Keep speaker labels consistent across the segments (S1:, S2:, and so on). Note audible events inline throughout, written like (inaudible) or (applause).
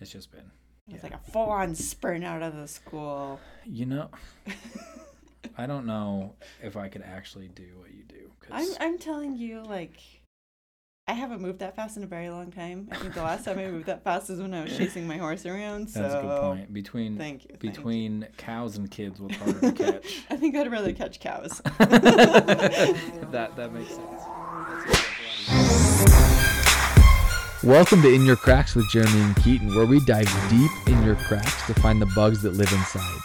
S1: It's just been,
S2: It's like a full on sprint out of the school.
S1: (laughs) you know, I don't know if I could actually do what you do.
S2: I'm
S1: 'cause-
S2: I'm telling you, like, I haven't moved that fast in a very long time. I think the last time I moved that fast is when I was chasing my horse around. So
S1: that's a good point. Between
S2: thank you. thank you. (laughs)
S1: between cows and kids, what's harder to catch?
S2: I think I'd rather catch cows.
S1: (laughs) that that makes sense.
S3: Welcome to In Your Cracks with Jeremy and Keaton, where we dive deep in your cracks to find the bugs that live inside.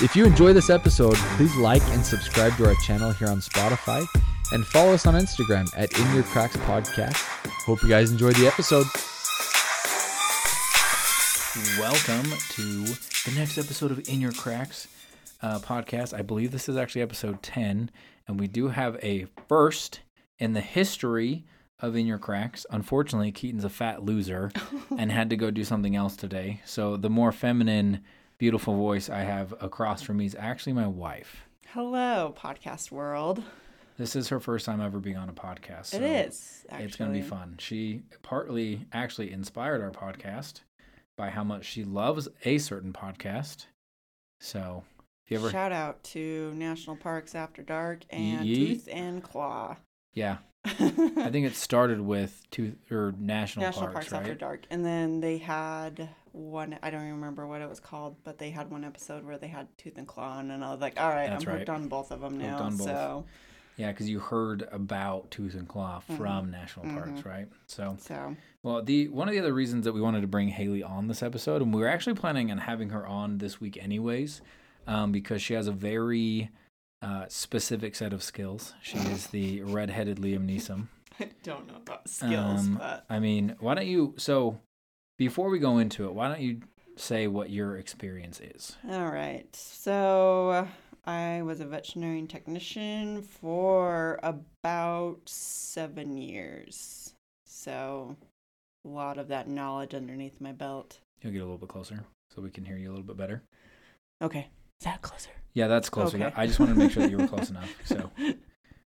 S3: If you enjoy this episode, please like and subscribe to our channel here on Spotify and follow us on Instagram at In Your Cracks Podcast. Hope you guys enjoy the episode.
S1: Welcome to the next episode of In Your Cracks uh, podcast. I believe this is actually episode 10, and we do have a first in the history of In Your Cracks. Unfortunately, Keaton's a fat
S2: (laughs)
S1: loser and had to go do something else today. So the more feminine, beautiful voice I have across from me is actually my wife.
S2: Hello, podcast world.
S1: This is her first time ever being on a podcast. so
S2: it is. Actually.
S1: It's going to be fun. She partly actually inspired our podcast by how much she loves a certain podcast. So, if you ever,
S2: Shout out to National Parks After Dark and
S1: yeet.
S2: Tooth and Claw. (laughs)
S1: yeah, I think it started with two or national,
S2: National
S1: Oh, parks,
S2: Parks
S1: right?
S2: After Dark. And then they had one, I don't even remember what it was called, but they had one episode where they had Tooth and Claw, on, and I was like, all right,
S1: That's
S2: I'm hooked
S1: right.
S2: on both of them
S1: Hooked
S2: now.
S1: on both.
S2: So,
S1: Yeah, because you heard about Tooth and Claw
S2: Mm-hmm.
S1: from National Parks, right? So,
S2: so (laughs)
S1: well, the one of the other reasons that we wanted to bring Haley on this episode, and we were actually planning on having her on this week anyways, um, because she has a very uh, specific set of skills. She is the redheaded Liam Neeson.
S2: I don't know about skills,
S1: Um,
S2: but
S1: I mean, why don't you? So, before we go into it, why don't you say what your experience is?
S2: all right. So, I was a veterinary technician for about seven years. So, a lot of that knowledge underneath my belt.
S1: You'll get a little bit closer so we can hear you a little bit better.
S2: Okay. Is that closer?
S1: Yeah, that's closer.
S2: Okay.
S1: I just wanted to make sure that you
S2: (laughs)
S1: were close enough. So,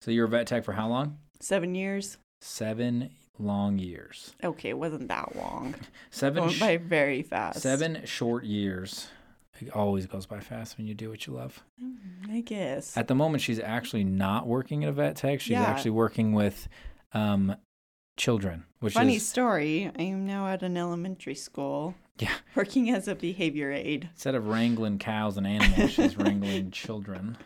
S1: so you were vet tech for how long?
S2: seven years.
S1: Seven long years.
S2: Okay, it wasn't that long.
S1: Seven.
S2: Went
S1: sh-
S2: by very fast.
S1: seven short years. It always goes by fast when you do what you love.
S2: Mm, I guess.
S1: At the moment, she's actually not working at a vet tech. She's
S2: Yeah.
S1: actually working with um, children, which
S2: Funny
S1: is
S2: story. I am now at an elementary school.
S1: Yeah.
S2: (laughs) Working as a behavior aid,
S1: Instead of wrangling cows and animals,
S2: (laughs)
S1: she's wrangling children.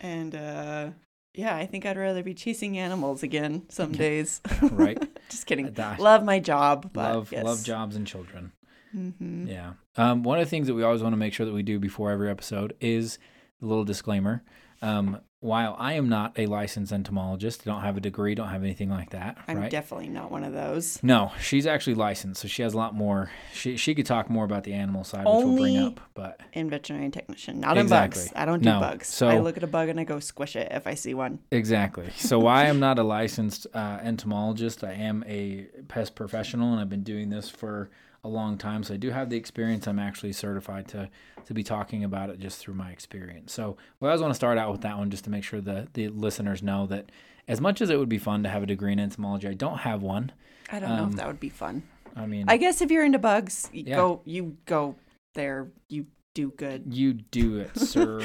S2: and uh, yeah, I think I'd rather be chasing animals again some days. (laughs)
S1: Right.
S2: Just
S1: (laughs)
S2: kidding.
S1: That-
S2: Love my job. But
S1: love
S2: yes.
S1: love jobs and children.
S2: Mhm.
S1: Yeah. Um, one of the things that we always want to make sure that we do before every episode is a little disclaimer. Um, while I am not a licensed entomologist, don't have a degree, don't have anything like that,
S2: I'm
S1: right?
S2: definitely not one of those.
S1: no, she's actually licensed, so she has a lot more. She she could talk more about the animal side, which we'll bring
S2: Only
S1: up. But
S2: In veterinary technician, not in bugs.
S1: Exactly.
S2: I don't do
S1: No.
S2: bugs.
S1: So-
S2: I look at a bug and I go squish it if I see one.
S1: Exactly. So I am not a licensed uh, entomologist. I am a pest professional, and I've been doing this for a long time. So I do have the experience. I'm actually certified to to be talking about it just through my experience. So we always want to start out with that one just to make sure the the listeners know that as much as it would be fun to have a degree in entomology, I don't have one.
S2: I don't
S1: Um,
S2: know if that would be fun.
S1: I mean,
S2: I guess if you're into bugs, you
S1: Yeah.
S2: go you go there, you do good.
S1: you do it, sir.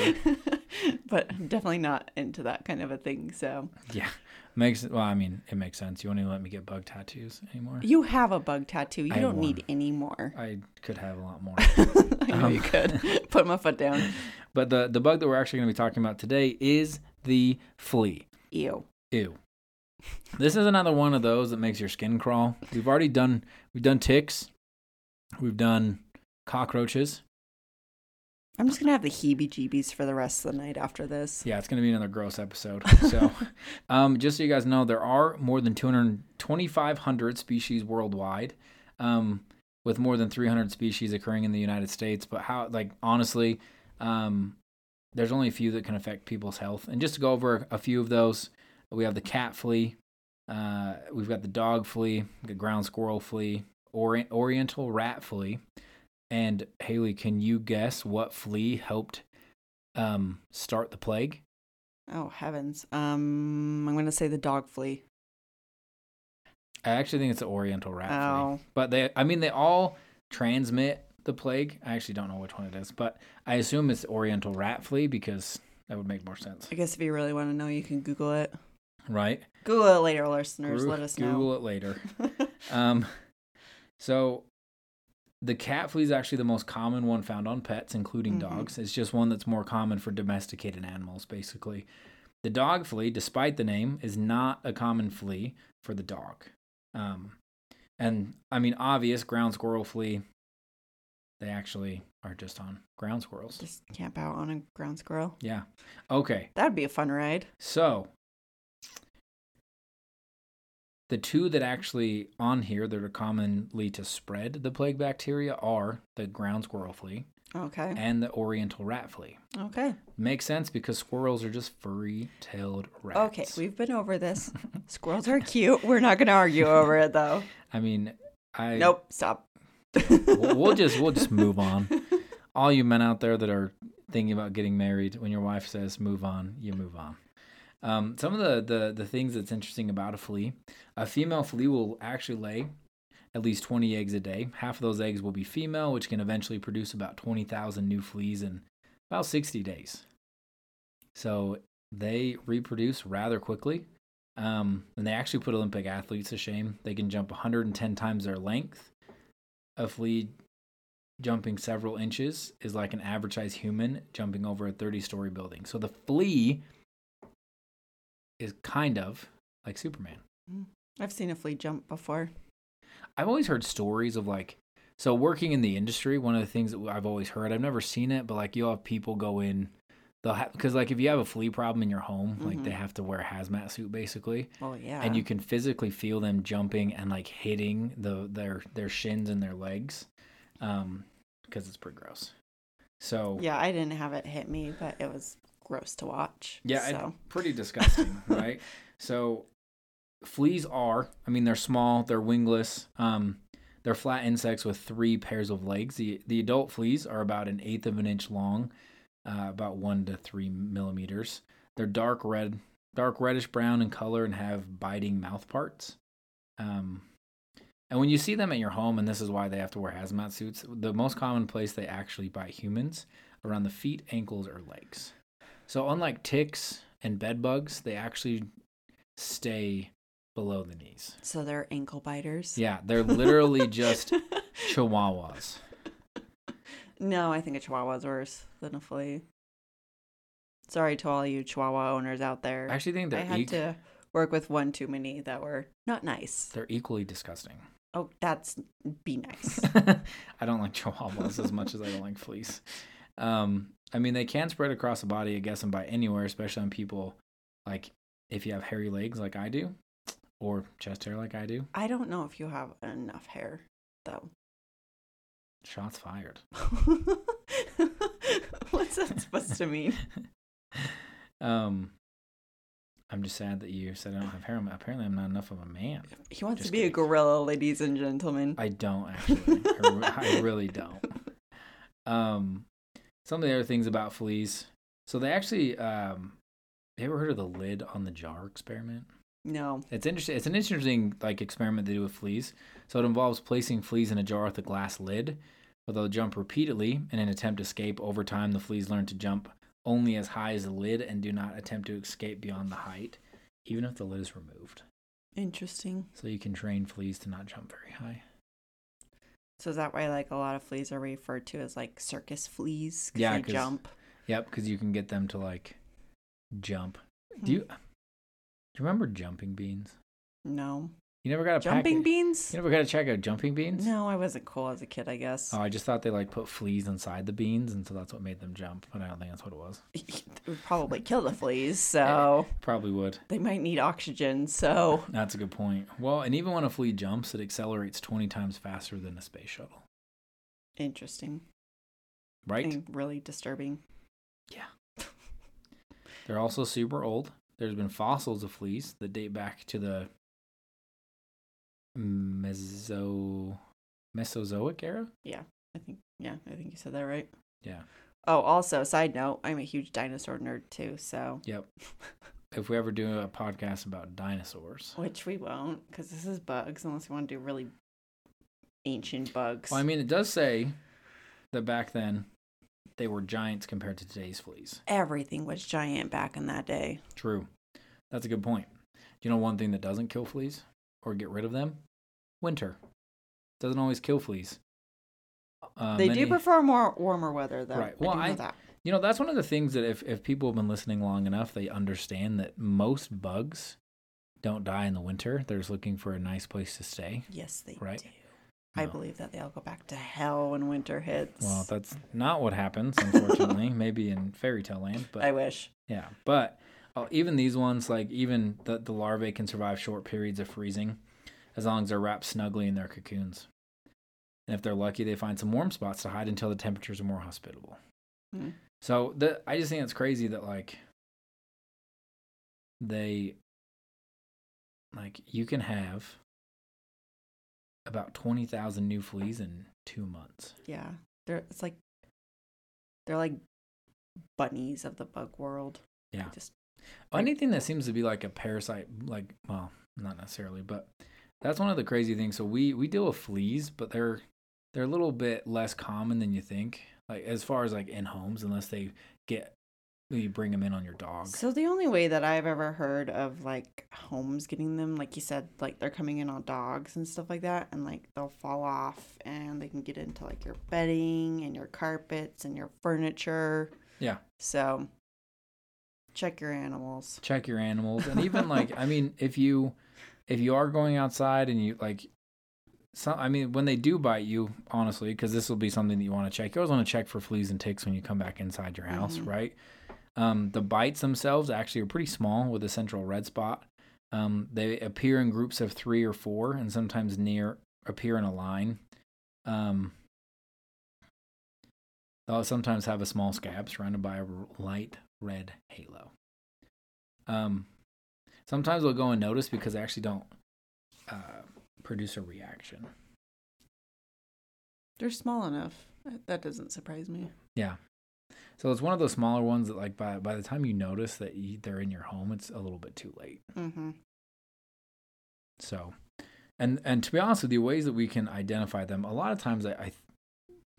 S2: (laughs) but I'm definitely not into that kind of a thing. So
S1: yeah, makes well. I mean, it makes sense. You won't even let me get bug tattoos anymore.
S2: you have a bug tattoo. You
S1: I have
S2: don't
S1: one.
S2: need any more. (laughs)
S1: I could have a lot more.
S2: I
S1: Um,
S2: know you could
S1: (laughs)
S2: put my foot down.
S1: But the the bug that we're actually going to be talking about today is the flea.
S2: Ew.
S1: Ew. This is another one of those that makes your skin crawl. We've already done we've done ticks. We've done cockroaches.
S2: I'm just gonna have the heebie-jeebies for the rest of the night after this.
S1: Yeah, it's going to be another gross episode. So, um, just so you guys know, there are more than 200 2,500 species worldwide, um, with more than 300 species occurring in the United States. But how, like, honestly, um, there's only a few that can affect people's health. And just to go over a few of those, we have the cat flea, uh, we've got the dog flea, the ground squirrel flea, ori- oriental rat flea. And Haley, can you guess what flea helped um, start the plague?
S2: Oh heavens. Um, I'm gonna say the dog flea.
S1: I actually think it's the Oriental rat flea.
S2: Oh,
S1: But they, I mean, they all transmit the plague. I actually don't know which one it is, but I assume it's Oriental rat flea because that would make more sense,
S2: I guess if you really want to know, you can Google it.
S1: right?
S2: Google it later, listeners.
S1: Gru-
S2: Let us
S1: Google
S2: know.
S1: it later. Um, so the cat flea is actually the most common one found on pets, including
S2: Mhm.
S1: dogs. It's just one that's more common for domesticated animals, basically. The dog flea, despite the name, is not a common flea for the dog. Um, and I mean, obvious ground squirrel flea. They actually are just on ground squirrels.
S2: (laughs) Just camp out on a ground squirrel.
S1: Yeah. Okay.
S2: That'd be a fun ride.
S1: So the two that actually on here that are commonly to spread the plague bacteria are the ground squirrel flea
S2: Okay.
S1: and the oriental rat flea.
S2: Okay.
S1: Makes sense because squirrels are just furry-tailed rats.
S2: Okay. We've been
S1: (laughs)
S2: over this. Squirrels are cute. We're not going to argue over it, though.
S1: I mean, I
S2: Nope. Stop.
S1: we'll, we'll just we'll just move on. All you men out there that are thinking about getting married, when your wife says "move on," you move on. Um, some of the, the the things that's interesting about a flea, a female flea will actually lay at least 20 eggs a day. Half of those eggs will be female, which can eventually produce about 20,000 new fleas in about 60 days. So they reproduce rather quickly. Um, and they actually put Olympic athletes to shame. They can jump 110 times their length. A flea jumping several inches is like an average sized human jumping over a 30 story building. So the flea is kind of like Superman.
S2: (laughs) I've seen a flea jump before.
S1: I've always heard stories of like, so working in the industry, one of the things that I've always heard, I've never seen it, but like you'll have people go in, they'll have, because like if you have a flea problem in your home, like they have to wear a hazmat suit basically,
S2: Well, Oh, yeah.
S1: and you can physically feel them jumping and like hitting the their their shins and their legs, um, because it's pretty gross. So
S2: Yeah, I didn't have it hit me, but it was gross to watch.
S1: Yeah, it-
S2: So.
S1: pretty disgusting, right? So fleas are, I mean, they're small, they're wingless, um, they're flat insects with three pairs of legs. The the adult fleas are about an eighth of an inch long, uh, about one to three millimeters. They're dark red, dark reddish brown in color, and have biting mouth parts. Um, and when you see them at your home, and this is why they have to wear hazmat suits, the most common place they actually bite humans around the feet, ankles, or legs. So unlike ticks and bed bugs, they actually stay below the knees.
S2: so they're ankle biters.
S1: Yeah, they're
S2: (laughs)
S1: literally just chihuahuas.
S2: No, I think a chihuahua is worse than a flea. Sorry to all you chihuahua owners out there.
S1: I actually think
S2: I
S1: they're
S2: had
S1: eq-
S2: to work with one too many that were not nice.
S1: they're equally
S2: (laughs)
S1: disgusting. (laughs)
S2: Oh, that's be nice.
S1: I don't like chihuahuas as much as I don't like fleas. Um, I mean, they can spread across the body, I guess, and bite anywhere, especially on people like if you have hairy legs like I do, or chest hair like I do.
S2: I don't know if you have enough hair,
S1: (laughs)
S2: though.
S1: Shots fired.
S2: What's that supposed to mean?
S1: Um, I'm just sad that you said I don't have hair. I'm- Apparently, I'm not enough of a man.
S2: He wants
S1: Just
S2: to be
S1: kidding.
S2: a gorilla, ladies and gentlemen.
S1: I don't actually. I,
S2: (laughs)
S1: re- I really don't. Um, some of the other things about fleas. So they actually. Um, you ever heard of the lid on the jar experiment?
S2: No.
S1: It's interesting. It's an interesting like experiment they do with fleas. So it involves placing fleas in a jar with a glass lid, where they'll jump repeatedly in an attempt to escape. Over time, the fleas learn to jump only as high as the lid and do not attempt to escape beyond the height, even if the lid is removed.
S2: Interesting.
S1: So you can train fleas to not jump very high.
S2: So is that why like a lot of fleas are referred to as like circus fleas? 'Cause
S1: Yeah,
S2: they
S1: 'cause-
S2: jump.
S1: Yep, because you can get them to like jump. Do
S2: Mm.
S1: you do you remember jumping beans?
S2: No.
S1: You never got a
S2: Jumping
S1: packet-
S2: beans?
S1: You never got to check out jumping beans?
S2: No, I wasn't cool as a kid, I guess. (laughs)
S1: Oh, I just thought they like put fleas inside the beans, and so that's what made them jump. But I don't think that's what it was.
S2: it would probably kill the
S1: (laughs)
S2: fleas, so
S1: Probably would.
S2: they might need oxygen. So
S1: That's a good point. Well, and even when a flea jumps, it accelerates twenty times faster than a space shuttle,
S2: interesting
S1: right?
S2: and really disturbing.
S1: They're also super old. There's been fossils of fleas that date back to the Meso Mesozoic era.
S2: I think yeah, I think you said that right.
S1: Yeah.
S2: Oh, also side note, I'm a huge dinosaur nerd too, so
S1: Yep. if we ever do a podcast about dinosaurs,
S2: which we won't because this is bugs unless we want to do really ancient bugs.
S1: Well, I mean, it does say that back then they were giants compared to today's fleas.
S2: Everything was giant back in that day.
S1: True. That's a good point. Do you know one thing that doesn't kill fleas or get rid of them? Winter. Doesn't always kill fleas. Uh,
S2: they
S1: many-
S2: do prefer more warmer weather, though.
S1: Right.
S2: I
S1: Well,
S2: do know
S1: I-
S2: that.
S1: You know, that's one of the things that if, if people have been listening long enough, they understand that most bugs don't die in the winter. They're just looking for a nice place to stay.
S2: Yes, they
S1: Right.
S2: do. I
S1: No.
S2: believe that they'll go back to hell when winter hits.
S1: Well, that's not what happens,
S2: (laughs)
S1: unfortunately. Maybe in fairy tale land, but
S2: I wish.
S1: yeah. But uh, even these ones, like even the, the larvae can survive short periods of freezing as long as they're wrapped snugly in their cocoons. And if they're lucky, they find some warm spots to hide until the temperatures are more hospitable.
S2: Hmm.
S1: So the, I just think it's crazy that like they like you can have about twenty thousand new fleas in two months.
S2: Yeah, they're it's like they're like bunnies of the bug world. They
S1: Yeah.
S2: just
S1: Well, anything that seems to be like a parasite like well not necessarily but that's one of the crazy things so we we deal with fleas but they're they're a little bit less common than you think like as far as like in homes unless they get you bring them in on your dog
S2: so the only way that I've ever heard of like homes getting them, like you said, like they're coming in on dogs and stuff like that, and like they'll fall off and they can get into like your bedding and your carpets and your furniture.
S1: Yeah.
S2: So check your animals.
S1: check your animals and even like i mean if you if you are going outside and you like some i mean when they do bite you honestly because this will be something that you want to check you always want to check for fleas and ticks when you come back inside your house
S2: Mhm.
S1: right um, the bites themselves actually are pretty small with a central red spot um, they appear in groups of three or four and sometimes near appear in a line um, they'll sometimes have a small scab surrounded by a r- light red halo um, sometimes they'll go unnoticed because they actually don't uh, produce a reaction.
S2: They're small enough. Uh, That- That doesn't surprise me.
S1: So it's one of those smaller ones that, like, by by the time you notice that you, they're in your home, it's a little bit too late.
S2: Mm-hmm.
S1: So, and and to be honest with you, ways that we can identify them, a lot of times I, I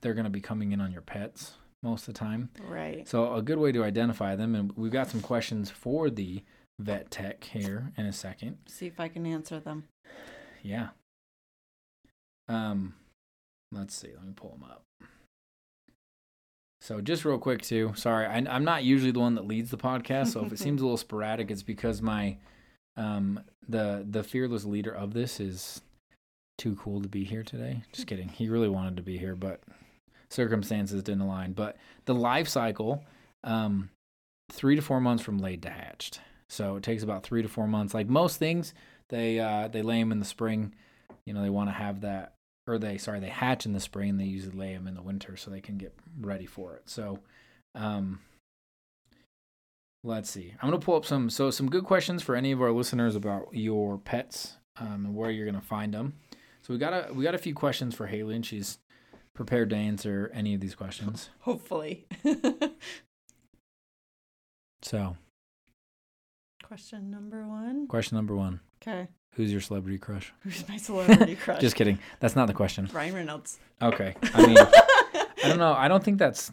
S1: they're going to be coming in on your pets most of the time.
S2: Right.
S1: So a good way to identify them, and we've got some questions for the vet tech here in a second.
S2: See if I can answer them.
S1: Yeah. Um, let's see. Let me pull them up. So just real quick too. Sorry, I, I'm not usually the one that leads the podcast, so if it seems a little sporadic, it's because my um the the fearless leader of this is too cool to be here today. Just kidding. He really wanted to be here, but circumstances didn't align. But the life cycle, um, three to four months from laid to hatched. So it takes about three to four months. Like most things, they uh, they lay them in the spring. You know, they want to have that, or they sorry, they hatch in the spring. and They usually lay them in the winter so they can get ready for it. So, um, let's see. I'm gonna pull up some so some good questions for any of our listeners about your pets um, and where you're gonna find them. So we got a we got a few questions for Haley, and she's prepared to answer any of these questions.
S2: Hopefully. (laughs)
S1: So,
S2: Question number one.
S1: question number one:
S2: Okay. (laughs)
S1: Who's your celebrity crush?
S2: Who's
S1: (laughs)
S2: my celebrity crush?
S1: Just kidding. That's not the question.
S2: Ryan Reynolds.
S1: Okay. I
S2: (laughs)
S1: mean, I don't know. I don't think that's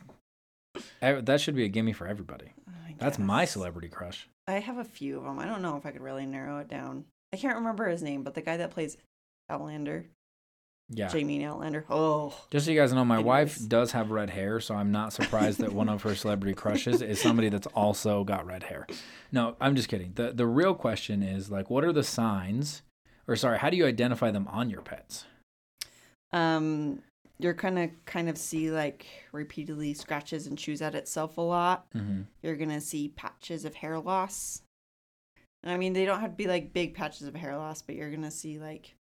S1: eh, that should be a gimme for everybody.
S2: I
S1: That's my
S2: guess.
S1: celebrity crush.
S2: I have a few of them. I don't know if I could really narrow it down. I can't remember his name, but the guy that plays Outlander,
S1: Yeah.
S2: Jamie Outlander. Oh,
S1: Just so you guys know, my wife
S2: Anyways.
S1: does have red hair, so I'm not surprised that one of her celebrity crushes is somebody that's also got red hair. No, I'm just kidding. The the real question is like what are the signs or sorry, how do you identify them on your pets?
S2: um, you're gonna kind of see like repeatedly scratches and chews at itself a lot.
S1: Mm-hmm.
S2: You're gonna see patches of hair loss. And I mean, they don't have to be like big patches of hair loss, but you're gonna see like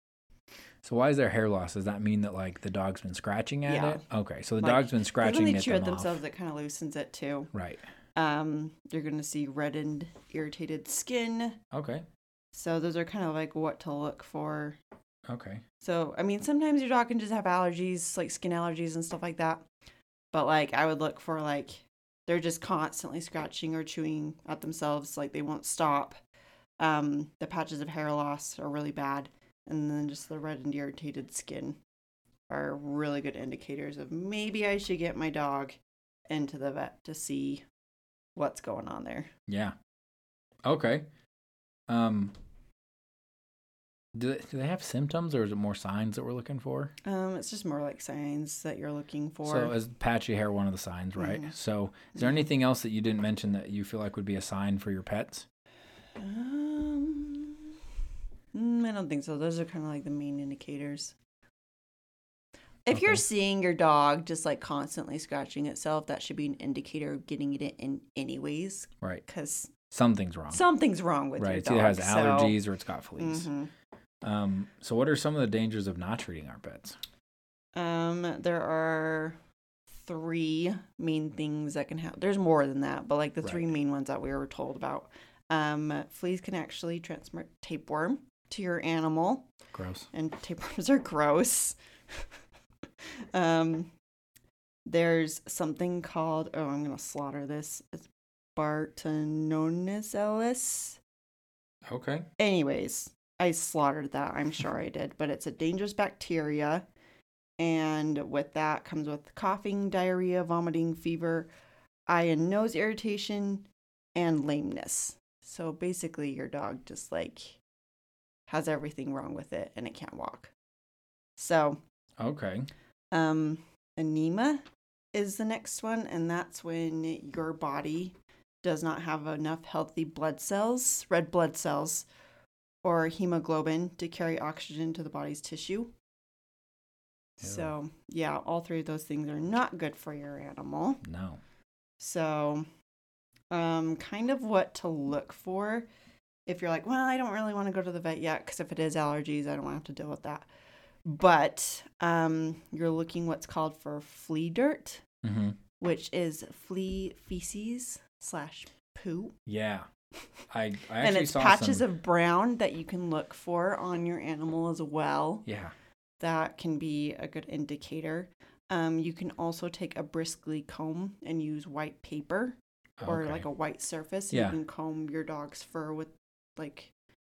S1: So why is there hair loss? Does that mean that like the dog's been scratching at
S2: Yeah.
S1: it? Okay, so the
S2: Like,
S1: dog's been
S2: 'cause
S1: scratching
S2: when they
S1: at
S2: chew at
S1: them off.
S2: themselves, it kind of loosens it too.
S1: Right.
S2: Um, you're gonna see reddened, irritated skin.
S1: Okay.
S2: So those are kind of like what to look for.
S1: Okay.
S2: So I mean, sometimes your dog can just have allergies, like skin allergies and stuff like that. But like, I would look for like they're just constantly scratching or chewing at themselves, like they won't stop. Um, the patches of hair loss are really bad, and then just the red and irritated skin. are really good indicators of maybe I should get my dog into the vet to see what's going on there.
S1: Yeah. Okay. Um. Do they, do they have symptoms, or is it more signs that we're looking for?
S2: Um, it's just more like signs that you're looking for.
S1: So is patchy hair one of the signs, right?
S2: Mhm.
S1: So is there
S2: Mhm.
S1: anything else that you didn't mention that you feel like would be a sign for your pets?
S2: Um, mm, I don't think so. Those are kind of like the main indicators. If you're
S1: Okay.
S2: seeing your dog just like constantly scratching itself, that should be an indicator of getting it in anyways,
S1: Right.
S2: because
S1: Something's wrong.
S2: something's wrong with
S1: right.
S2: your
S1: It
S2: dog.
S1: either has
S2: so-
S1: allergies or it's got fleas.
S2: Mhm.
S1: Um. So what are some of the dangers of not treating our pets?
S2: Um, there are three main things that can happen. There's more than that, but like the three
S1: Right.
S2: main ones that we were told about. Um, fleas can actually transmit tapeworm to your animal.
S1: Gross.
S2: and tapeworms are gross. (laughs) um, there's something called oh, I'm gonna slaughter this. It's Bartononus ellis.
S1: Okay.
S2: Anyways, I slaughtered that. I'm sure I did, but it's a dangerous bacteria, and with that comes with coughing, diarrhea, vomiting, fever, eye and nose irritation, and lameness. So basically, your dog just like has everything wrong with it and it can't walk. So,
S1: Okay.
S2: um, anemia is the next one, and that's when your body does not have enough healthy blood cells, red blood cells, or hemoglobin to carry oxygen to the body's tissue.
S1: Ew.
S2: So, yeah, all three of those things are not good for your animal.
S1: No.
S2: So, um, kind of what to look for if you're like, well, I don't really want to go to the vet yet because if it is allergies, I don't want to have to deal with that. But um, you're looking what's called for flea dirt,
S1: Mm-hmm.
S2: which is flea feces slash poo,
S1: Yeah. I I
S2: (laughs) and
S1: actually
S2: it's
S1: saw
S2: patches
S1: some.
S2: of brown that you can look for on your animal as well
S1: yeah.
S2: that can be a good indicator. Um, you can also take a briskly comb and use white paper or
S1: okay.
S2: like a white surface.
S1: Yeah.
S2: You can comb your dog's fur with like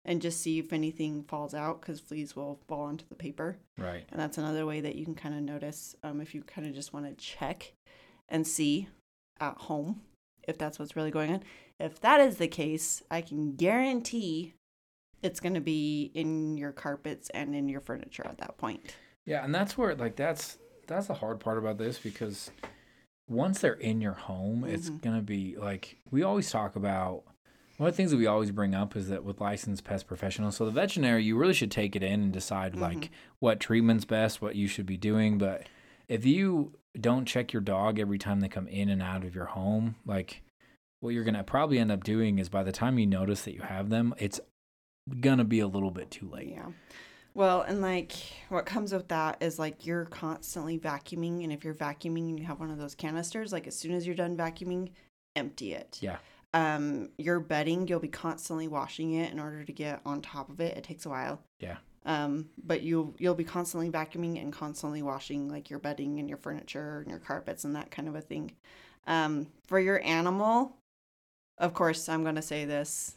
S2: and just see if anything falls out because fleas will fall onto the paper.
S1: right.
S2: And that's another way that you can kind of notice um, if you kind of just want to check and see at home if that's what's really going on. If that is the case, I can guarantee it's going to be in your carpets and in your furniture at that point.
S1: Yeah, and that's where like that's that's the hard part about this because once they're in your home, it's
S2: Mhm.
S1: gonna be like we always talk about. One of the things that we always bring up is that with licensed pest professionals, so the veterinary, you really should take it in and decide like what treatment's best, what you should be doing. But if you don't check your dog every time they come in and out of your home, like what you're gonna probably end up doing is by the time you notice that you have them, it's gonna be a little bit too late.
S2: Yeah. Well, and like what comes with that is like you're constantly vacuuming, and if you're vacuuming and you have one of those canisters, like as soon as you're done vacuuming, empty it.
S1: Yeah.
S2: Um, your bedding, you'll be constantly washing it in order to get on top of it. It takes a while.
S1: Yeah.
S2: Um, but you you'll be constantly vacuuming and constantly washing like your bedding and your furniture and your carpets and that kind of a thing. Um, for your animal, of course, I'm gonna say this.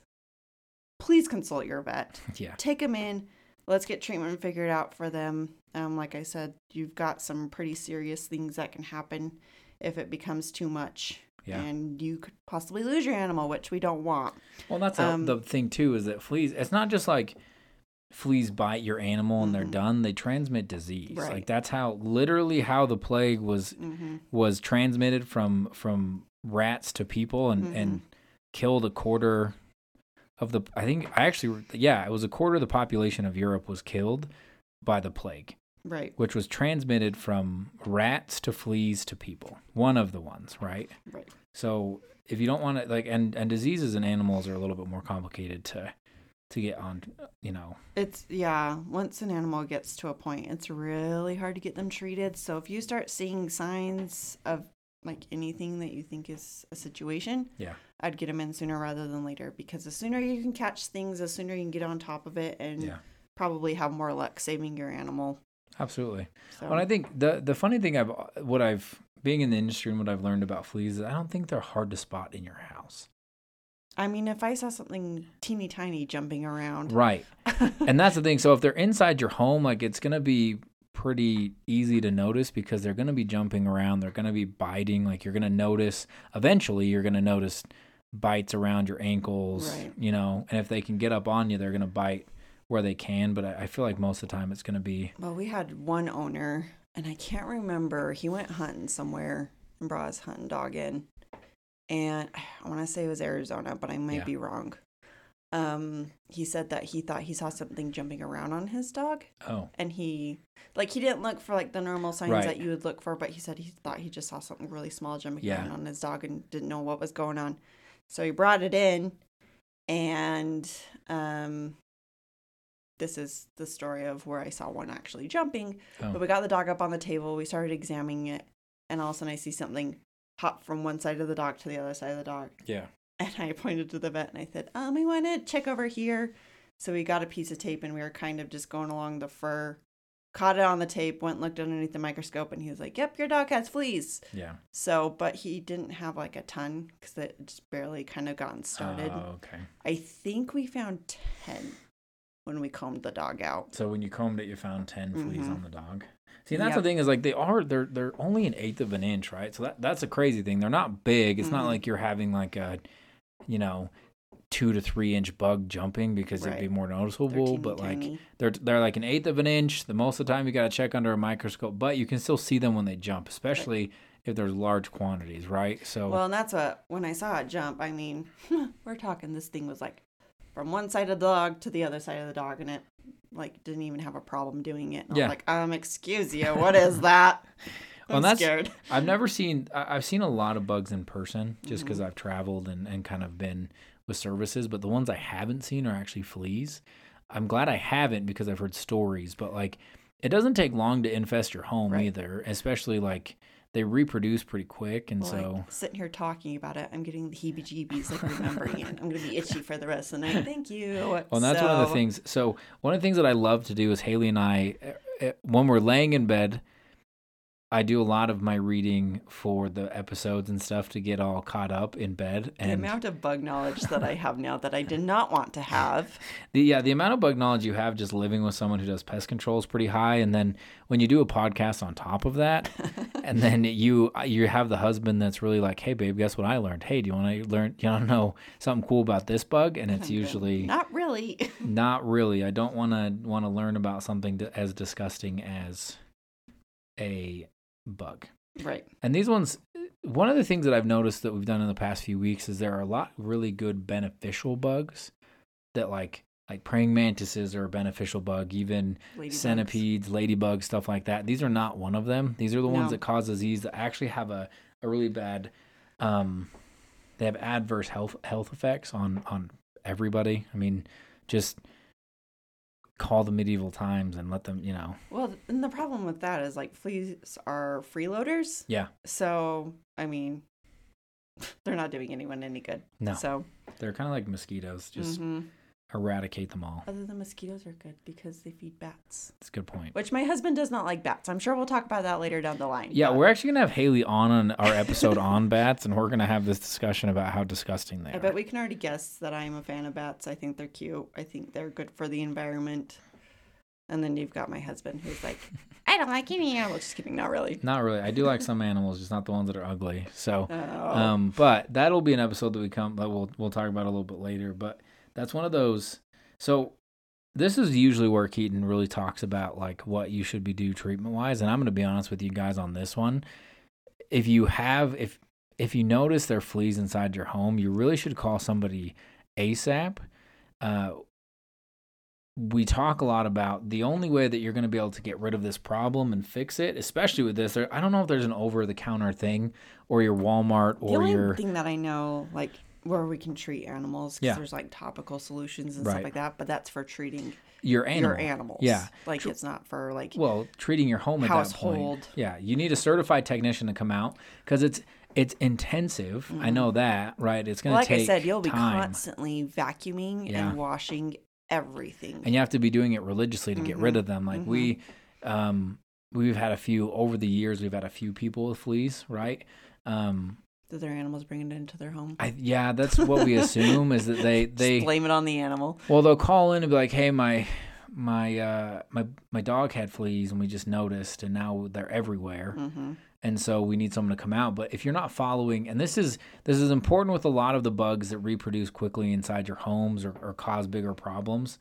S2: Please consult your vet
S1: (laughs) Yeah.
S2: take them in. Let's get treatment figured out for them. Um, like I said, you've got some pretty serious things that can happen if it becomes too much.
S1: Yeah.
S2: And you could possibly lose your animal, which we don't want.
S1: Well, that's the-
S2: Um,
S1: the thing too is that fleas. It's not just like fleas bite your animal and they're
S2: Mhm.
S1: done. They transmit disease. Like
S2: Right.
S1: that's how literally how the plague was
S2: Mm-hmm.
S1: was transmitted from from rats to people and and
S2: Mm-hmm.
S1: killed a quarter of the. I think I actually yeah it was a quarter of the population of Europe was killed by the plague,
S2: Right,
S1: which was transmitted from rats to fleas to people. One of the ones, right?
S2: right.
S1: So if you don't want to like and and diseases in animals are a little bit more complicated to to get on, you know.
S2: It's, yeah, once an animal gets to a point, it's really hard to get them treated. So if you start seeing signs of like anything that you think is a situation,
S1: Yeah.
S2: I'd get them in sooner rather than later because the sooner you can catch things, the sooner you can get on top of it and
S1: Yeah.
S2: probably have more luck saving your animal.
S1: Absolutely.
S2: So
S1: Well, I think the the funny thing I've what I've being in the industry and what I've learned about fleas is I don't think they're hard to spot in your house.
S2: I mean, if I saw something teeny tiny jumping around,
S1: Right. and that's the thing. So if they're inside your home, like it's gonna be pretty easy to notice because they're going to be jumping around. They're going to be biting. Like you're going to notice eventually, you're going to notice bites around your ankles,
S2: Right.
S1: you know, and if they can get up on you, they're going to bite where they can. But I, I feel like most of the time it's going to be
S2: (laughs) Well, we had one owner, and I can't remember. He went hunting somewhere and brought his hunting dog in, and I want to say it was Arizona, but I might
S1: Yeah.
S2: be wrong. Um, he said that he thought he saw something jumping around on his dog,
S1: oh,
S2: and he like he didn't look for like the normal signs
S1: Right.
S2: that you would look for, but he said he thought he just saw something really small jumping
S1: Yeah.
S2: around on his dog and didn't know what was going on. So he brought it in, and um, this is the story of where I saw one actually jumping.
S1: Oh.
S2: But we got the dog up on the table, we started examining it, and all of a sudden I see something hop from one side of the dog to the other side of the dog.
S1: yeah,
S2: And I pointed to the vet and I said, um, I want to check over here. So we got a piece of tape and we were kind of just going along the fur, caught it on the tape, went and looked underneath the microscope, and he was like, Yep, your dog has fleas.
S1: yeah.
S2: So, but he didn't have like a ton because it had just barely kind of gotten started.
S1: Oh, okay.
S2: I think we found 10 when we combed the dog out.
S1: So when you combed it, you found 10 fleas
S2: Mhm.
S1: on the dog. See, that's the
S2: Yep.
S1: thing is like they are they're they're only an eighth of an inch, right? So that that's a crazy thing. They're not big. It's not
S2: Mhm.
S1: like you're having like a, you know, two to three inch bug jumping because it'd be
S2: Right.
S1: more
S2: They're
S1: noticeable.
S2: teeny
S1: But like
S2: tiny.
S1: they're they're like an eighth of an inch. The most of the time you gotta check under a microscope, but you can still see them when they jump, especially if there's large quantities, right? So
S2: Well, and that's what when I saw it jump, I mean, (laughs) we're talking this thing was like from one side of the dog to the other side of the dog, and it like didn't even have a problem doing it. And
S1: Yeah.
S2: I was like, um, excuse you, what is that?
S1: (laughs) Well,
S2: I'm
S1: that's- (laughs)
S2: scared.
S1: I've never seen. I- I've seen a lot of bugs in person, just because
S2: Mm-hmm.
S1: I've traveled and, and kind of been with services. But the ones I haven't seen are actually fleas. I'm glad I haven't because I've heard stories. But like, it doesn't take long to infest your home
S2: Right.
S1: either. Especially like they reproduce pretty quick, and
S2: Well,
S1: so
S2: like, sitting here talking about it, I'm getting the heebie-jeebies, like remembering it. I'm gonna be itchy for the rest of the
S1: (laughs)
S2: night. Thank you.
S1: Well, and that's one of the
S2: So-
S1: things. So one of the things that I love to do is Haley and I, eh, eh, when we're laying in bed, I do a lot of my reading for the episodes and stuff to get all caught up in bed.
S2: The
S1: And
S2: amount of bug knowledge that I have now that I did not
S1: (laughs)
S2: want to have.
S1: the yeah the amount of bug knowledge you have just living with someone who does pest control is pretty high and then when you do a podcast on top of that
S2: (laughs)
S1: and then you uh, you have the husband that's really like hey babe guess what i learned hey do you want to learn you want to know something cool about this bug and
S2: (laughs)
S1: it's usually
S2: Not really. (laughs)
S1: not really i don't want to want to learn about something d as disgusting as a bug
S2: right.
S1: and these ones, one of the things that I've noticed that we've done in the past few weeks is there are a lot really good beneficial bugs that like like praying mantises are a beneficial bug, even
S2: Ladybugs.
S1: centipedes, ladybugs, stuff like that. These are not one of them. These are the ones
S2: No.
S1: that cause disease that actually have a, a really bad um they have adverse health health effects on on everybody. I mean, just call the medieval times and let them, you know.
S2: Well, th- and the problem with that is like fleas are freeloaders.
S1: Yeah.
S2: So, I mean, (laughs) they're not doing anyone any good.
S1: No.
S2: So,
S1: They're kind of like mosquitoes, just
S2: mhm.
S1: eradicate them all.
S2: other than mosquitoes are good because they feed bats,
S1: That's a good point.
S2: which my husband does not like bats. I'm sure we'll talk about that later down the line.
S1: Yeah,
S2: but
S1: we're actually gonna have Haley on on our episode on bats, and we're gonna have this discussion about how disgusting they
S2: I
S1: are.
S2: bet we can already guess that I'm a fan of bats. I think they're cute. I think they're good for the environment. And then you've got my husband who's like, I don't like any animals. Just kidding, not really.
S1: not really. I do like some animals, just not the ones that are ugly. So,
S2: Oh.
S1: um, but that'll be an episode that we come that we'll we'll talk about a little bit later. But that's one of those. So this is usually where Keaton really talks about like what you should be do treatment wise, and I'm gonna be honest with you guys on this one. If you have if if you notice there are fleas inside your home, you really should call somebody ASAP. Uh, we talk a lot about the only way that you're going to be able to get rid of this problem and fix it, especially with this. There, I don't know if there's an over the counter thing or your Walmart
S2: the
S1: or
S2: only
S1: your.
S2: thing that I know, like where we can treat animals, because
S1: Yeah.
S2: there's like topical solutions and
S1: Right.
S2: stuff like that, but that's for treating
S1: your animal.
S2: your animals.
S1: Yeah.
S2: like it's not for like
S1: Well, treating your home at that point.
S2: Household.
S1: Yeah, you need a certified technician to come out because it's it's intensive. I know that, right? It's going to
S2: Mm-hmm. like
S1: take
S2: I said, you'll be
S1: time.
S2: constantly vacuuming
S1: Yeah.
S2: and washing everything.
S1: and you have to be doing it religiously to get rid of them. Like we, um, we've had a few over the years. We've had a few people with fleas, right? Um,
S2: Did their animals bring it into their home?
S1: I yeah, that's what we assume is that they
S2: Just
S1: they
S2: blame it on the animal.
S1: well they'll call in and be like, hey my my uh, my my dog had fleas and we just noticed, and now they're everywhere
S2: Mm-hmm.
S1: and so we need someone to come out but if you're not following and this is this is important with a lot of the bugs that reproduce quickly inside your homes or, or cause bigger problems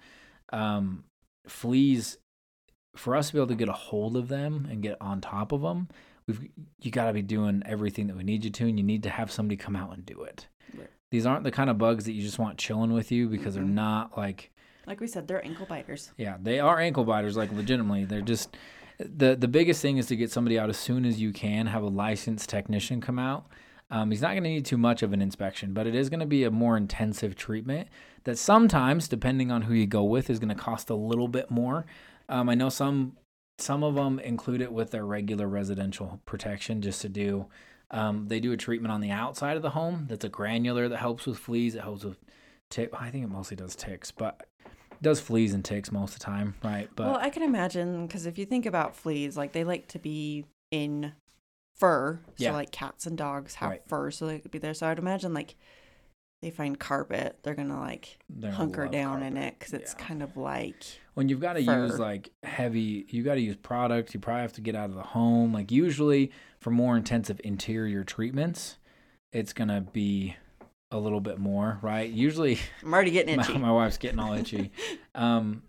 S1: um, fleas for us to be able to get a hold of them and get on top of them we've you got to be doing everything that we need you to and you need to have somebody come out and do it
S2: Right.
S1: these aren't the kind of bugs that you just want chilling with you because
S2: Mhm.
S1: they're not like
S2: Like we said, they're ankle biters.
S1: yeah, they are ankle biters. Like legitimately, they're just the the biggest thing is to get somebody out as soon as you can. Have a licensed technician come out. Um, he's not going to need too much of an inspection, but it is going to be a more intensive treatment that sometimes, depending on who you go with, is going to cost a little bit more. Um, I know some some of them include it with their regular residential protection just to do. Um, they do a treatment on the outside of the home that's a granular that helps with fleas. It helps with tick. I think it mostly does ticks, but does fleas and ticks most of the time, right? But
S2: well, I can imagine because if you think about fleas, like they like to be in fur. So
S1: Yeah.
S2: like cats and dogs have
S1: Right.
S2: fur, so they could be there. So I'd imagine like they find carpet, they're gonna like
S1: they're gonna
S2: hunker
S1: love
S2: down in
S1: carpet.
S2: it because it's
S1: Yeah.
S2: kind of like
S1: when you've got to use
S2: fur.
S1: like heavy, you got to use product. You probably have to get out of the home. Like usually for more intensive interior treatments, it's gonna be a little bit more, right? Usually (laughs)
S2: I'm already getting
S1: my,
S2: itchy.
S1: my wife's getting all itchy. um,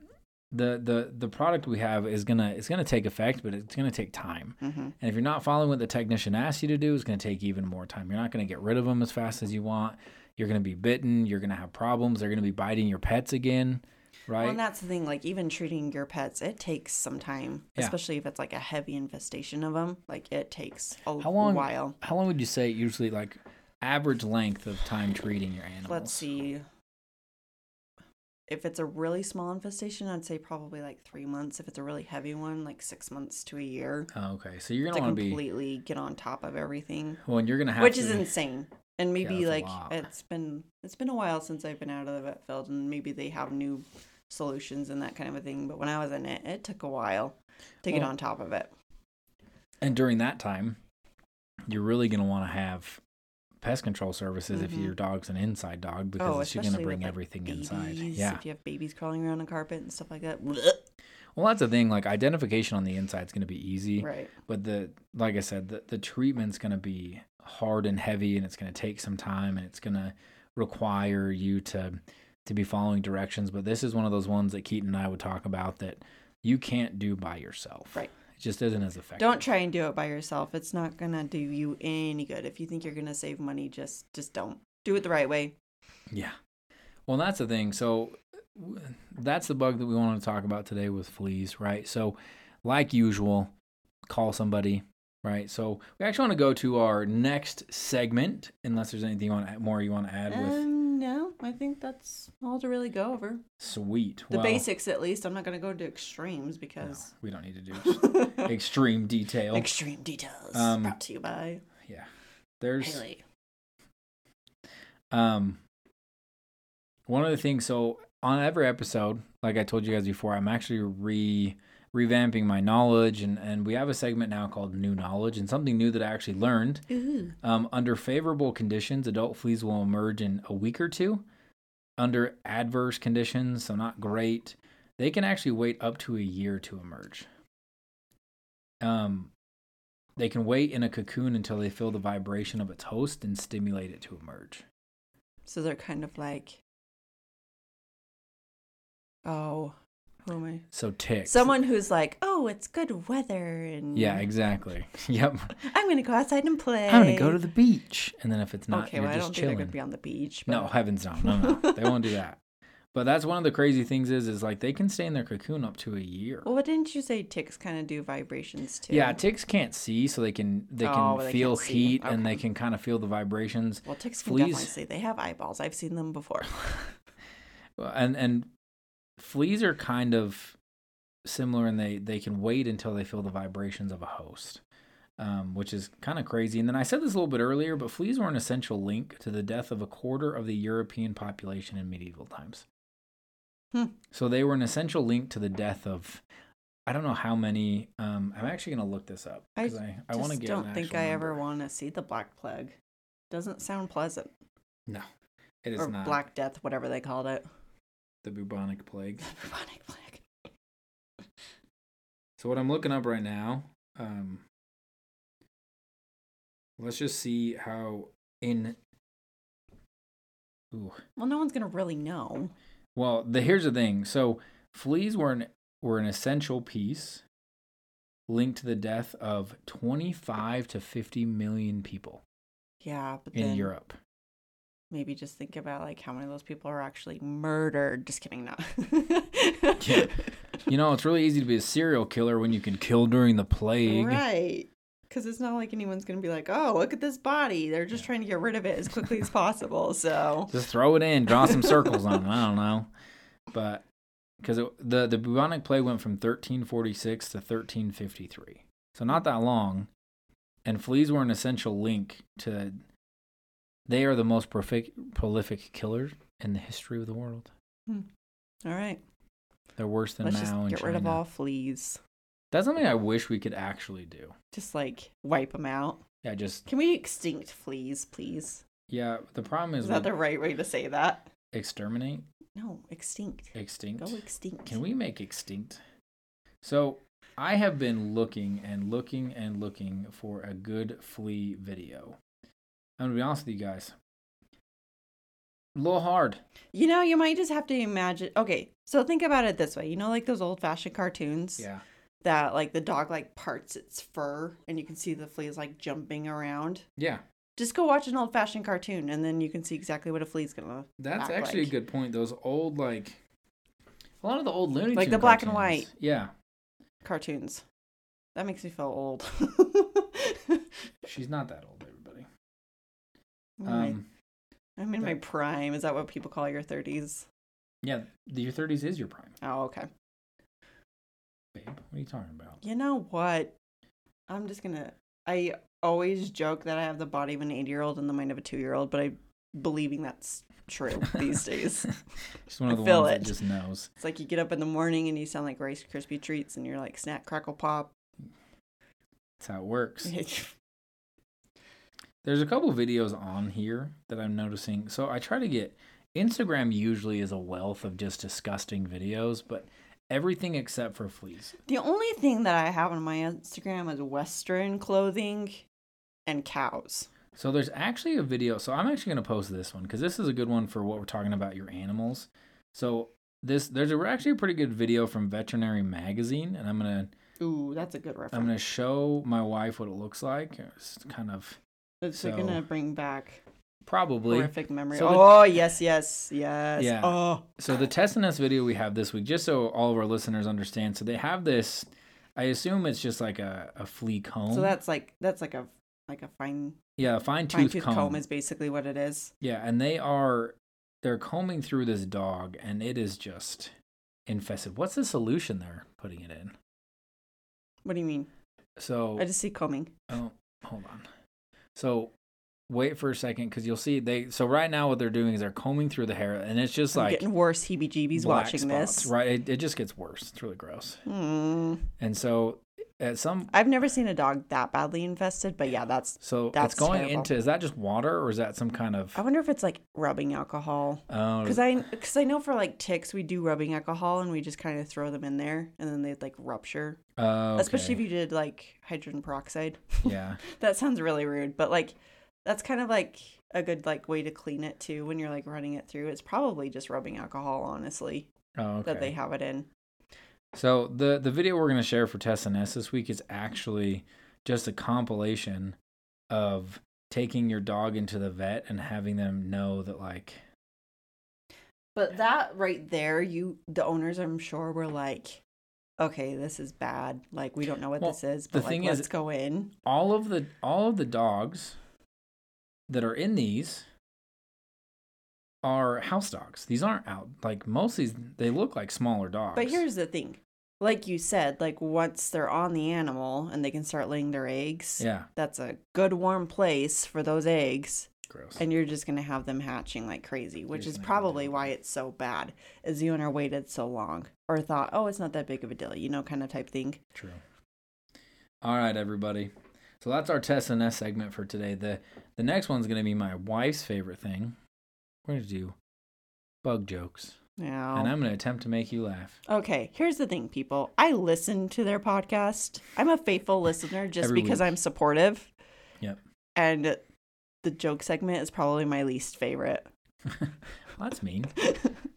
S1: the the the product we have is gonna it's gonna take effect, but it's gonna take time.
S2: hmm
S1: And if you're not following what the technician asks you to do, it's going to take even more time. You're not going to get rid of them as fast as you want. You're going to be bitten. You're going to have problems. They're going to be biting your pets again, right?
S2: Well, and that's the thing. Like even treating your pets, it takes some time,
S1: Yeah.
S2: especially if it's like a heavy infestation of them. Like it takes a
S1: How long-
S2: while.
S1: How long would you say usually like average length of time treating your animals?
S2: Let's see. If it's a really small infestation, I'd say probably like three months. If it's a really heavy one, like six months to a year
S1: Oh, okay, so you're
S2: to
S1: going to want to be
S2: completely get on top of everything,
S1: well, and you're going to have
S2: which
S1: to,
S2: is insane. And maybe
S1: that's a
S2: like
S1: lot.
S2: it's been it's been a while since I've been out of the vet field, and maybe they have new solutions and that kind of a thing. But when I was in it, it took a while to get
S1: Well,
S2: on top of it.
S1: and during that time, you're really going to want to have pest control services if
S2: Mhm.
S1: your dog's an inside dog because it's going to
S2: Oh, especially with,
S1: bring
S2: like,
S1: everything
S2: babies,
S1: inside. Yeah.
S2: If you have babies crawling around on carpet and stuff like that.
S1: Well, that's the thing. Like identification on the inside is going to be easy.
S2: Right.
S1: but the like i said the, the treatment's going to be hard and heavy and it's going to take some time and it's going to require you to to be following directions but this is one of those ones that keaton and i would talk about that you can't do by yourself
S2: Right.
S1: it just isn't as effective
S2: Don't try and do it by yourself. It's not gonna do you any good. If you think you're gonna save money, just just don't. Do it the right way.
S1: yeah well that's the thing so w- that's the bug that we wanted to talk about today with fleas right so like usual call somebody right so we actually want to go to our next segment unless there's anything you want to, more you want to add with
S2: Um, no, I think that's all to really go over.
S1: Sweet.
S2: The
S1: Well,
S2: basics, at least. I'm not gonna go into extremes
S1: no,
S2: because
S1: we don't need to do
S2: (laughs)
S1: extreme detail.
S2: extreme details
S1: Um,
S2: brought to you by
S1: yeah. There's
S2: Haley.
S1: um one of the things so on every episode, like I told you guys before, I'm actually re revamping my knowledge and and we have a segment now called new knowledge and something new that I actually learned.
S2: Ooh.
S1: Um under favorable conditions, adult fleas will emerge in a week or two. Under adverse conditions, so not great, they can actually wait up to a year to emerge. um, they can wait in a cocoon until they feel the vibration of its host and stimulate it to emerge.
S2: So they're kind of like, oh, who am I?
S1: So ticks.
S2: Someone who's like, oh, it's good weather, and
S1: Yeah, exactly. (laughs) yep.
S2: I'm gonna go outside and play.
S1: I'm gonna go to the beach, and then if it's not,
S2: okay,
S1: you're
S2: well, I
S1: just
S2: don't
S1: chilling.
S2: think they're gonna be on the beach.
S1: no,
S2: but-
S1: heavens no, no, no. they won't do that. But that's one of the crazy things is is like they can stay in their cocoon up to a year.
S2: Well, what didn't you say? Ticks kind of do vibrations too.
S1: yeah, ticks can't see, so they can they can
S2: Oh, they
S1: feel
S2: can't see.
S1: heat and they
S2: Okay.
S1: can kind of feel the vibrations.
S2: well, ticks can definitely
S1: fleas-
S2: see. They have eyeballs. I've seen them before.
S1: Well, and and fleas are kind of similar and they they can wait until they feel the vibrations of a host um, which is kind of crazy and then i said this a little bit earlier but fleas were an essential link to the death of a quarter of the european population in medieval times
S2: Hmm.
S1: so they were an essential link to the death of i don't know how many um, i'm actually going to look this up
S2: I
S1: because i, (laughs)
S2: (laughs)
S1: I, want to
S2: Just
S1: get
S2: don't
S1: an
S2: think
S1: actual
S2: I ever
S1: number.
S2: want to see the black plague. Doesn't sound pleasant.
S1: no it is
S2: or
S1: not
S2: black death, whatever they called it. (laughs)
S1: the bubonic plague
S2: The bubonic plague.
S1: So what I'm looking up right now, um, let's just see how in. Ooh.
S2: Well, no one's gonna really know.
S1: Well, the here's the thing. So fleas were an were an essential piece linked to the death of 25 to 50 million people
S2: Yeah, but
S1: in
S2: then
S1: Europe.
S2: maybe just think about like how many of those people are actually murdered. Just kidding, no.
S1: Yeah.
S2: (laughs)
S1: You know, it's really easy to be a serial killer when you can kill during the plague.
S2: Right. Because it's not like anyone's going to be like, oh, look at this body. They're just trying to get rid of it as quickly as possible. So,
S1: Just throw it in, draw some circles on it. I don't know, but because the the bubonic plague went from 1346 to 1353, so not that long, and fleas were an essential link to. They are the most prolific prolific killers in the history of the world.
S2: all right.
S1: They're worse than
S2: let's just
S1: Mao and
S2: get rid of
S1: China.
S2: all fleas.
S1: That's something I wish we could actually do.
S2: Just like wipe them out.
S1: Yeah, just
S2: Can we extinct fleas, please?
S1: yeah. The problem
S2: Is
S1: is,
S2: that
S1: we
S2: the right way to say that?
S1: exterminate,
S2: No, extinct.
S1: extinct.
S2: Go extinct.
S1: Can we make extinct? So I have been looking and looking and looking for a good flea video. I'm gonna be honest with you guys. A little hard.
S2: You know, you might just have to imagine. Okay, so think about it this way. You know, like those old fashioned cartoons
S1: Yeah.
S2: that like the dog like parts its fur and you can see the fleas like jumping around.
S1: Yeah.
S2: Just go watch an old fashioned cartoon and then you can see exactly what a flea's gonna
S1: That's
S2: Act
S1: actually
S2: like.
S1: a good point. Those old like a lot of the old Looney
S2: Like the
S1: Tune
S2: black and
S1: cartoons.
S2: white.
S1: Yeah.
S2: cartoons. That makes me feel old. (laughs)
S1: She's not that old, everybody.
S2: I'm in my-
S1: Um,
S2: I'm in my
S1: that-
S2: prime. Is that what people call your 30s?
S1: yeah, the, your 30s is your prime,
S2: Oh, okay.
S1: babe. What are you talking about?
S2: You know what? I'm just gonna. I always joke that I have the body of an 80 year old and the mind of a two year old, but I'm believing that's true these days.
S1: (laughs) She's one of
S2: I
S1: the
S2: feel
S1: ones
S2: it.
S1: that just knows.
S2: It's like you get up in the morning and you sound like Rice Krispie treats and you're like snack, crackle, pop. (laughs)
S1: That's how it works.
S2: yeah.
S1: There's a couple videos on here that I'm noticing. So I try to get Instagram usually is a wealth of just disgusting videos, but everything except for fleas.
S2: The only thing that I have on my Instagram is Western clothing and cows.
S1: So there's actually a video. So I'm actually going to post this one because this is a good one for what we're talking about your animals. So this there's a, actually a pretty good video from Veterinary Magazine, and I'm gonna
S2: Ooh, that's a good reference.
S1: I'm gonna show my wife what it looks like. It's kind of
S2: It's
S1: So-
S2: gonna bring back
S1: probably
S2: horrific memory.
S1: So the-
S2: oh yes, yes, yes.
S1: Yeah.
S2: Oh,
S1: So the test and test video we have this week, just so all of our listeners understand, so they have this. I assume it's just like a, a flea comb.
S2: Oh, so that's like that's like a like a fine
S1: yeah, fine
S2: fine
S1: tooth
S2: tooth
S1: comb.
S2: comb. is basically what it is.
S1: yeah, and they are they're combing through this dog, and it is just infested. What's the solution they're putting it in?
S2: What do you mean?
S1: So
S2: I just see combing.
S1: Oh, hold on. So wait for a second because you'll see they. So right now what they're doing is they're combing through the hair, and it's just
S2: I'm
S1: like
S2: getting worse heebie-jeebies
S1: black
S2: watching
S1: spots,
S2: this.
S1: Right, it, it just gets worse. It's really gross.
S2: Mm.
S1: And so at some
S2: I've never seen a dog that badly infested, but yeah, that's.
S1: So
S2: That's
S1: it's going
S2: terrible.
S1: into is that just water or is that some kind of
S2: I wonder if it's like rubbing alcohol.
S1: oh
S2: Because I, cause I know for like ticks, we do rubbing alcohol and we just kind of throw them in there and then they like rupture.
S1: oh,
S2: Especially if
S1: okay.
S2: you did like hydrogen peroxide. (laughs)
S1: yeah
S2: That sounds really rude, but like that's kind of like a good like way to clean it too when you're like running it through. It's probably just rubbing alcohol, honestly,
S1: oh okay
S2: that they have it in.
S1: so the the video we're going to share for Tess and S this week is actually just a compilation of taking your dog into the vet and having them know that like
S2: But that right there, you the owners I'm sure were like, Okay, this is bad. Like we don't know what
S1: Well,
S2: this is,
S1: the
S2: but
S1: thing
S2: like
S1: is-
S2: let's go in.
S1: all of the all of the dogs that are in these are house dogs. These aren't out like most of these they look like smaller dogs.
S2: But here's the thing. Like you said, like once they're on the animal and they can start laying their eggs,
S1: yeah,
S2: that's a good warm place for those eggs.
S1: gross.
S2: and you're just going to have them hatching like crazy, which
S1: just
S2: is
S1: gonna have them
S2: probably
S1: do it.
S2: why it's so bad. Is the owner waited so long or thought, oh, it's not that big of a deal, you know, kind of type thing.
S1: True. All right, everybody. So that's our test and S segment for today. The the next one's gonna be my wife's favorite thing. We're gonna do bug jokes.
S2: Now,
S1: and I'm going to attempt to make you laugh.
S2: Okay, here's the thing, people. I listen to their podcast. I'm a faithful listener just
S1: Every
S2: because
S1: week.
S2: I'm supportive.
S1: Yep.
S2: And the joke segment is probably my least favorite.
S1: Well, that's mean.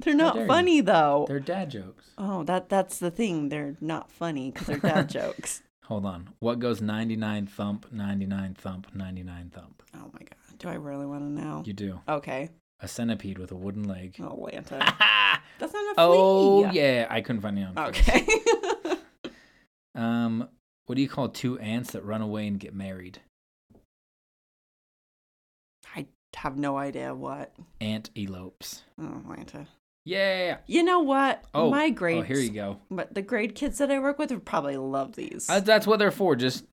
S2: They're not
S1: dare you.
S2: funny though.
S1: They're dad jokes.
S2: Oh, that that's the thing. They're not funny because
S1: (laughs)
S2: they're dad jokes.
S1: Hold on. What goes 99 thump, 99 thump, 99 thump?
S2: Oh my god. Do I really want to know?
S1: You do.
S2: Okay. Oh,
S1: A centipede with a wooden leg.
S2: Atlanta. That's not a flea.
S1: (laughs) Ah. oh, yeah. I couldn't find it on. Facebook.
S2: Okay. (laughs)
S1: Um, what do you call two ants that run away and get married?
S2: I have no idea what
S1: Ant elopes.
S2: oh, Atlanta.
S1: Yeah.
S2: You know what?
S1: Oh,
S2: my grades.
S1: Oh, here you go.
S2: But the grade kids that I work with would probably love these.
S1: Uh, that's what they're for. Just